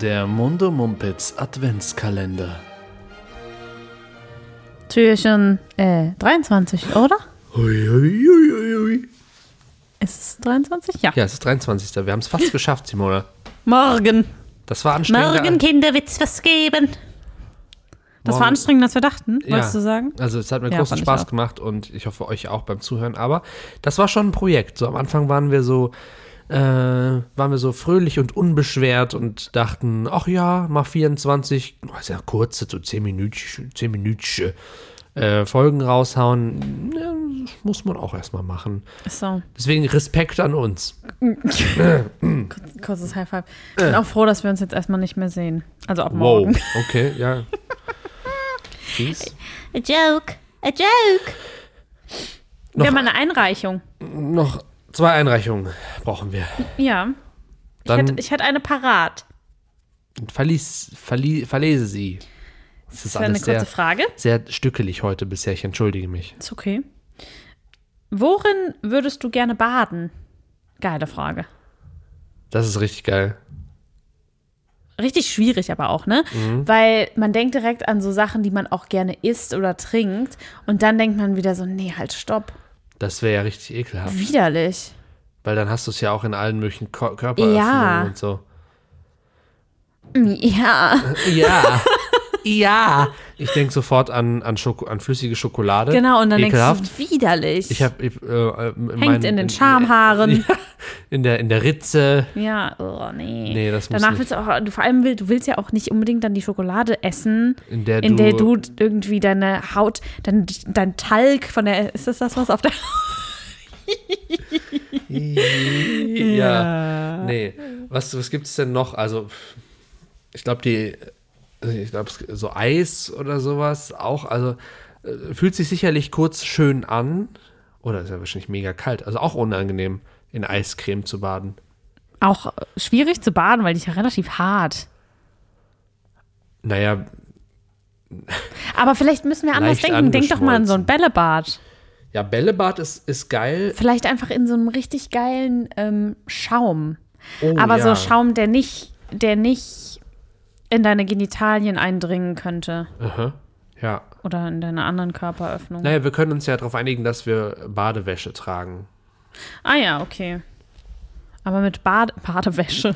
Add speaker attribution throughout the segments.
Speaker 1: Der Mundo Mumpitz Adventskalender.
Speaker 2: Türchen äh, 23, oder?
Speaker 1: Hui, hui, hui, hui, hui.
Speaker 2: Ist es 23? Ja.
Speaker 1: Ja, es ist 23. Wir haben es fast geschafft, Simona.
Speaker 2: Morgen.
Speaker 1: Das war anstrengend.
Speaker 2: Morgen, Kinder, wird's was geben. Das
Speaker 1: Morgen.
Speaker 2: war anstrengender, als wir dachten,
Speaker 1: Ja.
Speaker 2: wolltest du sagen?
Speaker 1: Also es hat mir
Speaker 2: Ja,
Speaker 1: großen
Speaker 2: fand ich
Speaker 1: Spaß
Speaker 2: auch.
Speaker 1: gemacht und ich hoffe euch auch beim Zuhören. Aber das war schon ein Projekt. So am Anfang waren wir so, äh, waren wir so fröhlich und unbeschwert und dachten, ach ja, mal 24, oh, ist ja kurze, so 10 Minütchen, 10 Minütchen äh, Folgen raushauen. Ja, das muss man auch erstmal machen.
Speaker 2: So,
Speaker 1: Deswegen Respekt an uns.
Speaker 2: kurzes High Five. Ich bin auch froh, dass wir uns jetzt erstmal nicht mehr sehen. Also ab
Speaker 1: Äh. Wow.
Speaker 2: morgen.
Speaker 1: Okay, ja. Tschüss.
Speaker 2: A joke, a joke.
Speaker 1: Noch-
Speaker 2: Wir haben eine Einreichung.
Speaker 1: Noch zwei Einreichungen brauchen wir.
Speaker 2: Ja. Ich
Speaker 1: Dann-
Speaker 2: hätte, ich hätte eine parat.
Speaker 1: Verlies, verlie, verlese sie. Das ist
Speaker 2: Das wäre eine
Speaker 1: alles
Speaker 2: kurze
Speaker 1: sehr,
Speaker 2: Frage.
Speaker 1: sehr stückelig heute bisher. Ich entschuldige mich.
Speaker 2: Ist okay. Worin würdest du gerne baden? Geile Frage.
Speaker 1: Das ist richtig geil.
Speaker 2: Richtig schwierig aber auch, ne?
Speaker 1: Mhm.
Speaker 2: Weil man denkt direkt an so Sachen, die man auch gerne isst oder trinkt. Und dann denkt man wieder so, nee, halt, stopp.
Speaker 1: Das wäre ja richtig ekelhaft.
Speaker 2: Widerlich.
Speaker 1: Weil dann hast du es ja auch in allen möglichen Ko Körperöffnungen
Speaker 2: Ja.
Speaker 1: und so.
Speaker 2: Ja.
Speaker 1: Ja. ja. Ich denke sofort an, an, Schoko an flüssige Schokolade.
Speaker 2: Genau, und dann
Speaker 1: ekelhaft.
Speaker 2: denkst du, widerlich.
Speaker 1: ich habe äh, äh, in
Speaker 2: Hängt
Speaker 1: meinen-
Speaker 2: in den Schamhaaren.
Speaker 1: Ja, in der in der Ritze.
Speaker 2: ja, oh nee.
Speaker 1: Nee, das muss
Speaker 2: Danach
Speaker 1: nicht.
Speaker 2: willst du auch, du vor allem willst, du willst ja auch nicht unbedingt dann die Schokolade essen,
Speaker 1: In der
Speaker 2: in
Speaker 1: du-
Speaker 2: der du irgendwie deine Haut, dein, dein Talg von der, ist das das, was auf der
Speaker 1: ja. Nee. Was, was gibt es denn noch? Also, ich glaube, die, also ich glaube, so Eis oder sowas auch. Also, äh, fühlt sich sicherlich kurz schön an. Oder ist ja wahrscheinlich mega kalt. Also auch unangenehm, in Eiscreme zu baden.
Speaker 2: Auch schwierig zu baden, weil die ist ja relativ hart.
Speaker 1: Naja,
Speaker 2: Aber vielleicht müssen wir anders
Speaker 1: Leicht
Speaker 2: denken. Denk doch mal an so ein Bällebad.
Speaker 1: ja, Bällebad ist, ist geil.
Speaker 2: Vielleicht einfach in so einem richtig geilen ähm, Schaum.
Speaker 1: Oh,
Speaker 2: Aber
Speaker 1: ja.
Speaker 2: so Schaum, der nicht, der nicht in deine Genitalien eindringen könnte.
Speaker 1: Aha. Ja.
Speaker 2: Oder in deine anderen Körperöffnungen.
Speaker 1: Naja, wir können uns ja darauf einigen, dass wir Badewäsche tragen.
Speaker 2: Ah ja, okay. Aber mit Bade Badewäsche.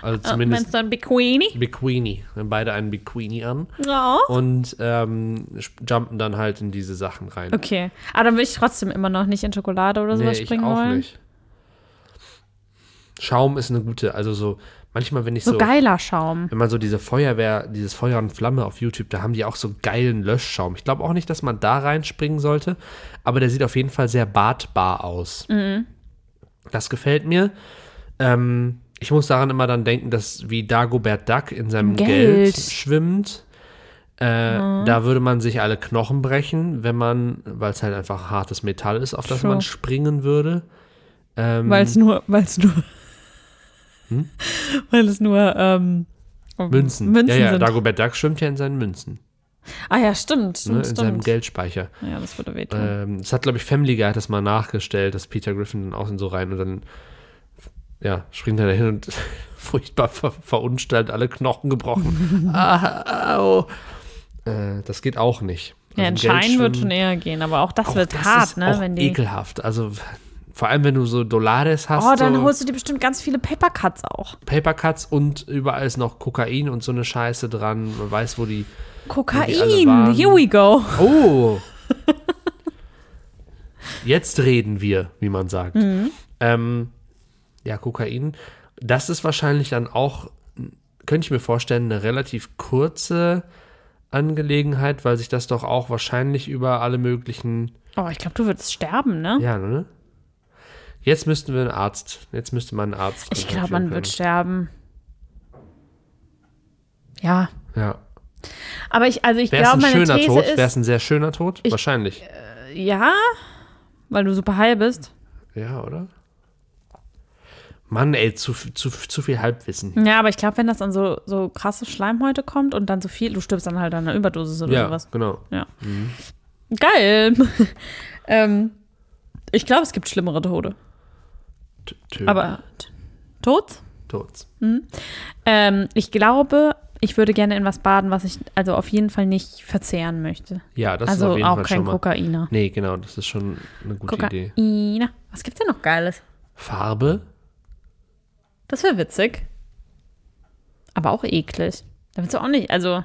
Speaker 1: Also zumindest
Speaker 2: Äh, Meinst du ein Bikini?
Speaker 1: Bikini. Wir haben beide einen Bikini an.
Speaker 2: Ja.
Speaker 1: und ähm, sp- jumpen dann halt in diese Sachen rein.
Speaker 2: Okay. Aber dann würde ich trotzdem immer noch nicht in Schokolade oder sowas springen wollen.
Speaker 1: Schaum ist eine gute, also so manchmal wenn ich so,
Speaker 2: So, geiler Schaum.
Speaker 1: wenn man so diese Feuerwehr, dieses Feuer und Flamme auf YouTube, da haben die auch so geilen Löschschaum. Ich glaube auch nicht, dass man da reinspringen sollte, aber der sieht auf jeden Fall sehr badbar aus.
Speaker 2: Mhm.
Speaker 1: Das gefällt mir. Ähm, ich muss daran immer dann denken, dass wie Dagobert Duck in seinem Geld,
Speaker 2: Geld.
Speaker 1: schwimmt, äh, da würde man sich alle Knochen brechen, wenn man, weil es halt einfach hartes Metall ist, auf das
Speaker 2: True.
Speaker 1: man springen würde. Ähm,
Speaker 2: Weil es nur, weil es nur, weil es nur ähm,
Speaker 1: Hm? Münzen.
Speaker 2: Münzen
Speaker 1: ja, ja,
Speaker 2: sind.
Speaker 1: Dagobert Duck schwimmt ja in seinen Münzen,
Speaker 2: Ah ja, stimmt,
Speaker 1: ne, in
Speaker 2: stimmt,
Speaker 1: seinem
Speaker 2: stimmt.
Speaker 1: Geldspeicher.
Speaker 2: Ja, das würde wehtun.
Speaker 1: Ähm, das hat, glaube ich, Family Guy hat das mal nachgestellt, dass Peter Griffin dann außen so rein und dann, ja, springt er dahin und furchtbar ver verunstaltet, alle Knochen gebrochen. ah, au. Äh, das geht auch nicht.
Speaker 2: ja, in
Speaker 1: Also
Speaker 2: Schein wird
Speaker 1: Geldschwimmen-
Speaker 2: schon eher gehen, aber auch das
Speaker 1: Auch
Speaker 2: wird
Speaker 1: das
Speaker 2: hart,
Speaker 1: ist
Speaker 2: ne?
Speaker 1: Auch
Speaker 2: Wenn die.
Speaker 1: ekelhaft. Also vor allem, wenn du so Dollars hast,
Speaker 2: Oh, dann
Speaker 1: so
Speaker 2: holst du dir bestimmt ganz viele Papercuts auch.
Speaker 1: Papercuts und überall ist noch Kokain und so eine Scheiße dran. Man weiß, wo die. die alle
Speaker 2: Kokain,
Speaker 1: waren.
Speaker 2: here we go.
Speaker 1: Oh! Jetzt reden wir, wie man sagt.
Speaker 2: Mhm.
Speaker 1: Ähm, ja, Kokain. Das ist wahrscheinlich dann auch, könnte ich mir vorstellen, eine relativ kurze Angelegenheit, weil sich das doch auch wahrscheinlich über alle möglichen.
Speaker 2: Oh, ich glaube, du würdest sterben, ne?
Speaker 1: Ja, ne? Jetzt müssten wir einen Arzt. Jetzt müsste man einen Arzt.
Speaker 2: ich glaube,
Speaker 1: kontaktieren
Speaker 2: man wird
Speaker 1: können.
Speaker 2: sterben. Ja.
Speaker 1: Ja.
Speaker 2: Aber ich, also ich
Speaker 1: Wäre es
Speaker 2: glaube,
Speaker 1: ein
Speaker 2: meine
Speaker 1: schöner
Speaker 2: These
Speaker 1: Tod? Wäre es
Speaker 2: ist,
Speaker 1: ein sehr schöner Tod? wahrscheinlich.
Speaker 2: ja, weil du super heil bist.
Speaker 1: Ja, oder? Mann, ey, zu, zu, zu viel Halbwissen.
Speaker 2: Ja, aber ich glaube, wenn das dann so, so krasse Schleimhäute kommt und dann so viel, du stirbst dann halt an einer Überdosis oder
Speaker 1: Ja,
Speaker 2: sowas.
Speaker 1: genau.
Speaker 2: Ja. Geil. ähm, ich glaube, es gibt schlimmere Tode.
Speaker 1: T- Tö.
Speaker 2: Aber t- tot?
Speaker 1: Toads.
Speaker 2: Ähm, ich glaube, ich würde gerne in was baden, was ich also auf jeden Fall nicht verzehren möchte.
Speaker 1: Ja, das ist auf
Speaker 2: also
Speaker 1: jeden
Speaker 2: auch
Speaker 1: Fall
Speaker 2: kein
Speaker 1: schon mal.
Speaker 2: Kokainer.
Speaker 1: Nee, genau, das ist schon eine gute Idee.
Speaker 2: Kokainer. Was gibt's denn noch Geiles?
Speaker 1: Farbe?
Speaker 2: Das wäre witzig. Aber auch eklig. Da willst du auch nicht, also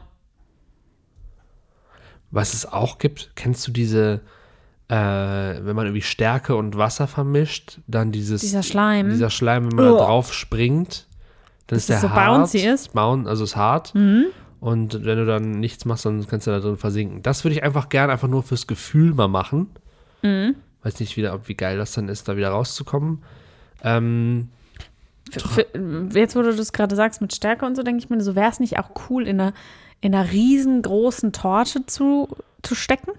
Speaker 1: Was es auch gibt, kennst du diese, äh, wenn man irgendwie Stärke und Wasser vermischt, dann dieses.
Speaker 2: Dieser Schleim.
Speaker 1: Dieser Schleim, wenn man
Speaker 2: Uah.
Speaker 1: da drauf springt, dann ist der
Speaker 2: es so
Speaker 1: hart.
Speaker 2: bouncy ist? Mhm.
Speaker 1: Boun also ist hart. Und wenn du dann nichts machst, dann kannst du da drin versinken. Das würde ich einfach gern einfach nur fürs Gefühl mal machen.
Speaker 2: Mhm.
Speaker 1: Weiß nicht wieder, ob wie geil das dann ist, da wieder rauszukommen. Ähm,
Speaker 2: F- f- Jetzt, wo du das gerade sagst, mit Stärke und so, denke ich mir, so wäre es nicht auch cool, in einer, in einer riesengroßen Torte zu, zu stecken?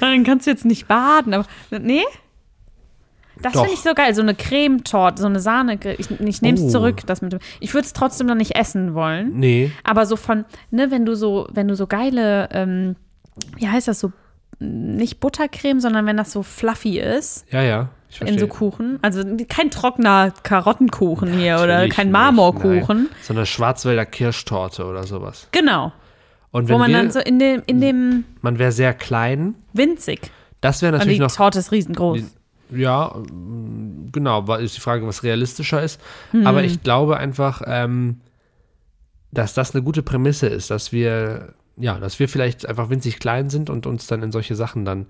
Speaker 2: Dann kannst du jetzt nicht baden, aber nee? Das
Speaker 1: Doch.
Speaker 2: finde ich so geil, so eine Cremetorte, so eine Sahne. Ich, ich nehme es
Speaker 1: Oh. Mhm.
Speaker 2: zurück, das mit dem. Ich würde es trotzdem noch nicht essen wollen.
Speaker 1: nee.
Speaker 2: Aber so von, ne, wenn du so, wenn du so geile, ähm, wie heißt das so, nicht Buttercreme, sondern wenn das so fluffy ist,
Speaker 1: Ja, ja. Ich
Speaker 2: in so
Speaker 1: verstehe.
Speaker 2: Kuchen. Also kein trockener Karottenkuchen hier oder
Speaker 1: Natürlich
Speaker 2: kein
Speaker 1: nicht,
Speaker 2: Marmorkuchen.
Speaker 1: nein. So eine Schwarzwälder Kirschtorte oder sowas.
Speaker 2: Genau.
Speaker 1: Und
Speaker 2: Wo
Speaker 1: wenn
Speaker 2: man
Speaker 1: wir, Hm.
Speaker 2: dann so in dem, in dem
Speaker 1: man wäre sehr klein.
Speaker 2: winzig.
Speaker 1: Das wäre
Speaker 2: Und die
Speaker 1: natürlich noch.
Speaker 2: Torte ist riesengroß.
Speaker 1: Ja, mm, genau, wa- ist die Frage, was realistischer ist.
Speaker 2: Hm.
Speaker 1: Aber ich glaube einfach, ähm, dass das eine gute Prämisse ist, dass wir, ja, dass wir vielleicht einfach winzig klein sind und uns dann in solche Sachen dann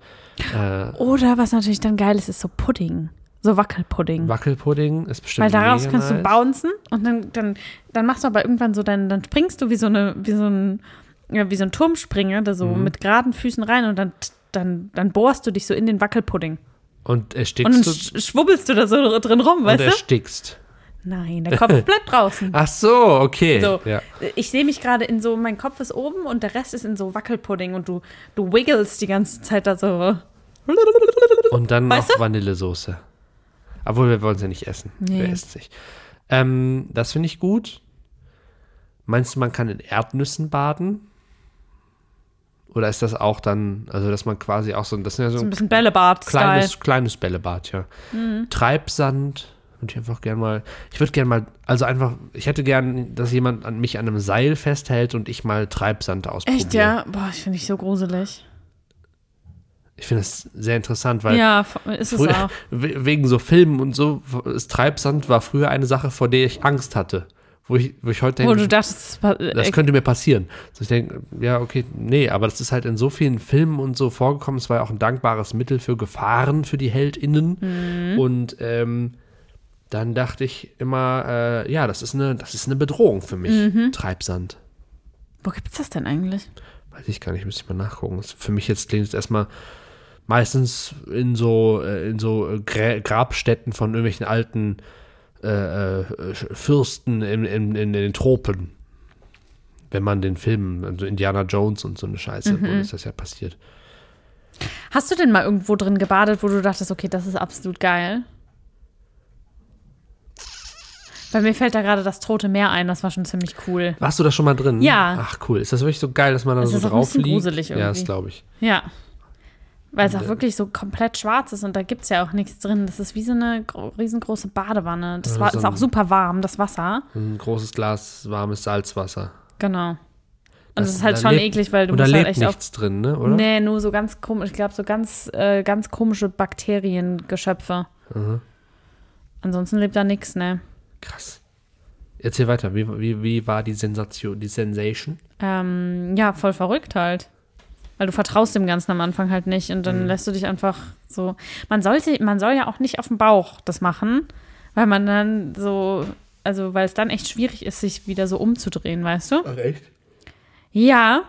Speaker 1: äh,
Speaker 2: Oder was natürlich dann geil ist, ist so Pudding. So Wackelpudding.
Speaker 1: Wackelpudding ist bestimmt.
Speaker 2: Weil daraus
Speaker 1: mega
Speaker 2: kannst du
Speaker 1: nice.
Speaker 2: bouncen und dann, dann, dann machst du aber irgendwann so, dann, dann springst du wie so eine, wie so ein, ja, wie so ein Turmspringer, da so
Speaker 1: Mhm.
Speaker 2: mit geraden Füßen rein und dann, dann, dann bohrst du dich so in den Wackelpudding.
Speaker 1: Und
Speaker 2: Und dann
Speaker 1: erstickst
Speaker 2: sch schwubbelst du da so drin rum,
Speaker 1: du. Und
Speaker 2: weißt du?
Speaker 1: erstickst.
Speaker 2: Nein, der Kopf bleibt draußen.
Speaker 1: Ach so, okay.
Speaker 2: So,
Speaker 1: Ja.
Speaker 2: ich sehe mich gerade in so, mein Kopf ist oben und der Rest ist in so Wackelpudding und du, du wiggelst die ganze Zeit da so.
Speaker 1: Und dann
Speaker 2: Weißt
Speaker 1: noch Vanillesoße. Obwohl, wir wollen sie nicht essen. Wir
Speaker 2: Nee.
Speaker 1: essen sie nicht. Ähm, das finde ich gut. Meinst du, man kann in Erdnüssen baden? Oder ist das auch dann, also dass man quasi auch so, das ist ja so
Speaker 2: So ein
Speaker 1: ein
Speaker 2: bisschen Bällebad-Style.
Speaker 1: kleines, kleines Bällebad, ja.
Speaker 2: Mhm.
Speaker 1: Treibsand würde ich einfach gern mal, ich würde gern mal, also einfach, ich hätte gern, dass jemand an mich an einem Seil festhält und ich mal Treibsand ausprobiere.
Speaker 2: Echt, ja? Boah, ich finde ich so gruselig.
Speaker 1: Ich finde das sehr interessant, weil
Speaker 2: ja, f- ist es
Speaker 1: Früher,
Speaker 2: auch.
Speaker 1: we- wegen so Filmen und so, ist Treibsand war früher eine Sache, vor der ich Angst hatte. Wo ich, wo ich heute
Speaker 2: Wo du
Speaker 1: denke,
Speaker 2: dachtest, äh, das,
Speaker 1: das könnte mir passieren. So ich denke, ja, okay, nee, aber das ist halt in so vielen Filmen und so vorgekommen. Es war ja auch ein dankbares Mittel für Gefahren für die HeldInnen.
Speaker 2: Mhm.
Speaker 1: Und ähm, dann dachte ich immer, äh, ja, das ist, eine, das ist eine Bedrohung für mich,
Speaker 2: Mhm.
Speaker 1: Treibsand.
Speaker 2: wo gibt's das denn eigentlich?
Speaker 1: Weiß ich gar nicht, müsste ich mal nachgucken. Das- Für mich jetzt klingt es erstmal meistens in so, äh, in so äh, Grä Grabstätten von irgendwelchen alten äh, äh, Sch- Fürsten in, in, in den Tropen. Wenn man den Film, also Indiana Jones und so eine
Speaker 2: Mhm.
Speaker 1: Scheiße, wo ist das ja passiert.
Speaker 2: Hast du denn mal irgendwo drin gebadet, wo du dachtest, okay, das ist absolut geil? Bei mir fällt da gerade das Tote Meer ein, das war schon ziemlich cool.
Speaker 1: Warst du da schon mal drin?
Speaker 2: Ja.
Speaker 1: Ach cool, ist das wirklich so geil, dass man da
Speaker 2: Es
Speaker 1: so
Speaker 2: ist auch ein
Speaker 1: drauf
Speaker 2: bisschen
Speaker 1: liegt?
Speaker 2: gruselig
Speaker 1: Ja, das
Speaker 2: irgendwie.
Speaker 1: glaube ich.
Speaker 2: Ja. Weil
Speaker 1: äh,
Speaker 2: es auch wirklich so komplett schwarz ist und da gibt es ja auch nichts drin. Das ist wie so eine gro- riesengroße Badewanne. Das
Speaker 1: Ja,
Speaker 2: war,
Speaker 1: so
Speaker 2: ist auch
Speaker 1: ein-
Speaker 2: super warm, das Wasser.
Speaker 1: Ein großes Glas warmes Salzwasser.
Speaker 2: Genau. Und das, ist halt
Speaker 1: da
Speaker 2: schon
Speaker 1: lebt-
Speaker 2: eklig, weil du
Speaker 1: Und da
Speaker 2: musst
Speaker 1: lebt
Speaker 2: halt echt auf.
Speaker 1: nichts drin, ne? Oder?
Speaker 2: Nee, nur so ganz komisch. Ich glaube, so ganz, äh, ganz komische Bakteriengeschöpfe. Ansonsten lebt da nichts, ne?
Speaker 1: Krass. Erzähl weiter. Wie, wie, wie war die Sensation, die Sensation?
Speaker 2: Ähm, ja, voll verrückt halt. Weil du vertraust dem Ganzen am Anfang halt nicht und
Speaker 1: Mhm.
Speaker 2: dann lässt du dich einfach so. Man sollte, man soll ja auch nicht auf dem Bauch das machen, weil man dann so, also weil es dann echt schwierig ist, sich wieder so umzudrehen, weißt du?
Speaker 1: Ach, echt?
Speaker 2: Ja.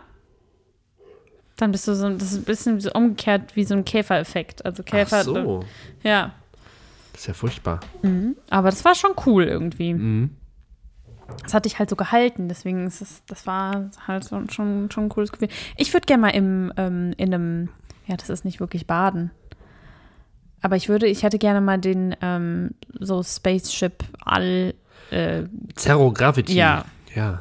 Speaker 2: Dann bist du so, das ist ein bisschen so umgekehrt wie so ein Käfereffekt. Also Käfer.
Speaker 1: Ach so.
Speaker 2: Ja.
Speaker 1: Das ist ja furchtbar.
Speaker 2: Aber das war schon cool irgendwie.
Speaker 1: Mhm.
Speaker 2: Das hatte ich halt so gehalten, deswegen ist es, das war halt so, schon, schon ein cooles Gefühl. Ich würde gerne mal im, ähm, in einem, ja, das ist nicht wirklich Baden. Aber ich würde, ich hätte gerne mal den, ähm, so Spaceship All, äh,
Speaker 1: Zero Gravity.
Speaker 2: Ja.
Speaker 1: Ja,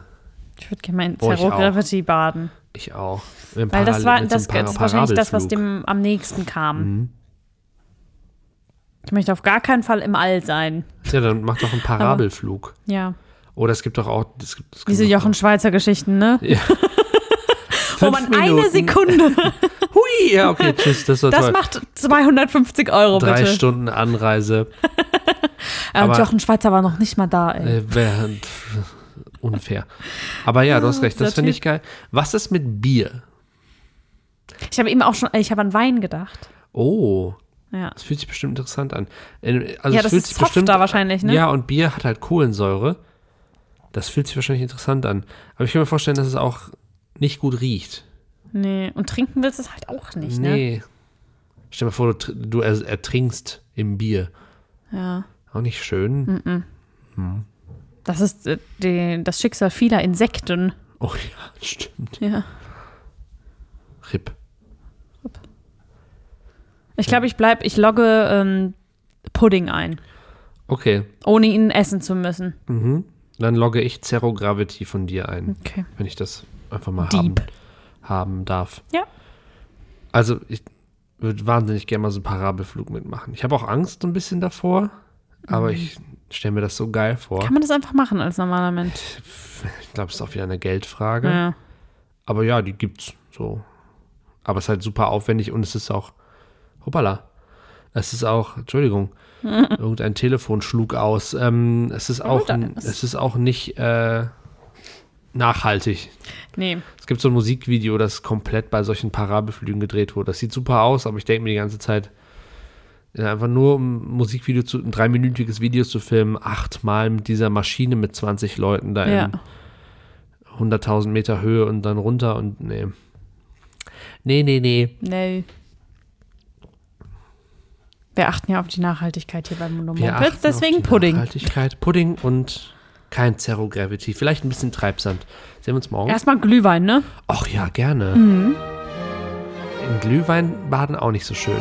Speaker 2: ich würde gerne mal in
Speaker 1: Boah, ich
Speaker 2: Zero
Speaker 1: auch.
Speaker 2: Gravity baden.
Speaker 1: ich auch. Im
Speaker 2: Weil das
Speaker 1: Parallel-
Speaker 2: war,
Speaker 1: mit
Speaker 2: das,
Speaker 1: so einem Mhm.
Speaker 2: das ist wahrscheinlich das, was
Speaker 1: Parabelflug.
Speaker 2: dem am nächsten kam. Ich möchte auf gar keinen Fall im All sein.
Speaker 1: Ja, dann mach doch einen Parabelflug.
Speaker 2: Ja.
Speaker 1: Oder es gibt doch auch. Es gibt, es gibt
Speaker 2: Diese
Speaker 1: doch-
Speaker 2: Jochen Schweizer Geschichten, ne?
Speaker 1: Ja.
Speaker 2: Wo
Speaker 1: Fünf
Speaker 2: man eine
Speaker 1: Minuten.
Speaker 2: Sekunde.
Speaker 1: Hui! Ja, okay, tschüss, das war
Speaker 2: Das
Speaker 1: toll.
Speaker 2: macht 250 Euro,
Speaker 1: Drei
Speaker 2: bitte.
Speaker 1: Stunden Anreise.
Speaker 2: Ja, und
Speaker 1: aber-
Speaker 2: Jochen Schweizer war noch nicht mal da, ey.
Speaker 1: Äh, wär, pff, unfair. Aber ja, du hast recht, das
Speaker 2: dieser
Speaker 1: finde ich geil. Was ist mit Bier?
Speaker 2: Ich habe eben auch schon, ich habe an Wein gedacht.
Speaker 1: Oh,
Speaker 2: Ja.
Speaker 1: das fühlt sich bestimmt interessant an. Äh, Also
Speaker 2: Ja,
Speaker 1: es
Speaker 2: das
Speaker 1: fühlt
Speaker 2: ist
Speaker 1: sich bestimmt,
Speaker 2: softer wahrscheinlich, ne?
Speaker 1: Ja, und Bier hat halt Kohlensäure. Das fühlt sich wahrscheinlich interessant an. Aber ich kann mir vorstellen, dass es auch nicht gut riecht.
Speaker 2: Nee. Und trinken willst du es halt auch nicht, ne?
Speaker 1: Nee. Stell dir mal vor, du, tr- du er- ertrinkst im Bier.
Speaker 2: Ja.
Speaker 1: Auch nicht schön.
Speaker 2: Hm. Das ist äh, die, das Schicksal vieler Insekten.
Speaker 1: Oh ja, stimmt.
Speaker 2: Ja.
Speaker 1: Rip.
Speaker 2: Ich glaube, ich bleib, ich logge ähm, Pudding ein,
Speaker 1: Okay,
Speaker 2: ohne ihn essen zu müssen.
Speaker 1: dann logge ich Zero Gravity von dir ein,
Speaker 2: Okay.
Speaker 1: wenn ich das einfach mal haben,
Speaker 2: Deep.
Speaker 1: haben darf.
Speaker 2: Ja.
Speaker 1: Also ich würde wahnsinnig gerne mal so einen Parabelflug mitmachen. Ich habe auch Angst ein bisschen davor, aber ich stelle mir das so geil vor.
Speaker 2: Mhm. Kann man das einfach machen als normaler Mensch?
Speaker 1: Ich glaube, es ist auch wieder eine Geldfrage.
Speaker 2: Ja.
Speaker 1: Aber ja, die gibt's so. Aber es ist halt super aufwendig und es ist auch. Hoppala. Es ist auch, Entschuldigung, irgendein Telefon schlug aus. Ähm, es, ist auch,
Speaker 2: da
Speaker 1: n-
Speaker 2: ist-
Speaker 1: es ist auch nicht äh, nachhaltig.
Speaker 2: Nee.
Speaker 1: Es gibt so ein Musikvideo, das komplett bei solchen Parabelflügen gedreht wurde. Das sieht super aus, aber ich denke mir die ganze Zeit, ja, einfach nur um ein Musikvideo zu, ein dreiminütiges Video zu filmen, achtmal mit dieser Maschine mit 20 Leuten da
Speaker 2: Ja.
Speaker 1: in 100.000 Meter Höhe und dann runter und nee. Nee, nee, nee.
Speaker 2: Nee. Wir achten ja auf die Nachhaltigkeit hier beim
Speaker 1: Wir
Speaker 2: Monomontpitz,
Speaker 1: achten
Speaker 2: deswegen
Speaker 1: auf die
Speaker 2: Pudding.
Speaker 1: Nachhaltigkeit, Pudding und kein Zero Gravity. Vielleicht ein bisschen Treibsand. Sehen wir uns morgen.
Speaker 2: Erstmal Glühwein, ne?
Speaker 1: Ach ja, gerne.
Speaker 2: Mhm.
Speaker 1: In Glühwein baden auch nicht so schön.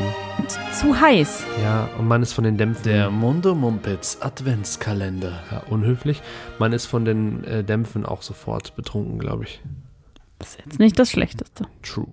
Speaker 2: Zu heiß.
Speaker 1: Ja, und man ist von den Dämpfen
Speaker 3: Der Mundo Mumpitz Adventskalender.
Speaker 1: ja, unhöflich. Man ist von den äh, Dämpfen auch sofort betrunken, glaube ich.
Speaker 2: Das ist jetzt nicht das Schlechteste.
Speaker 1: True.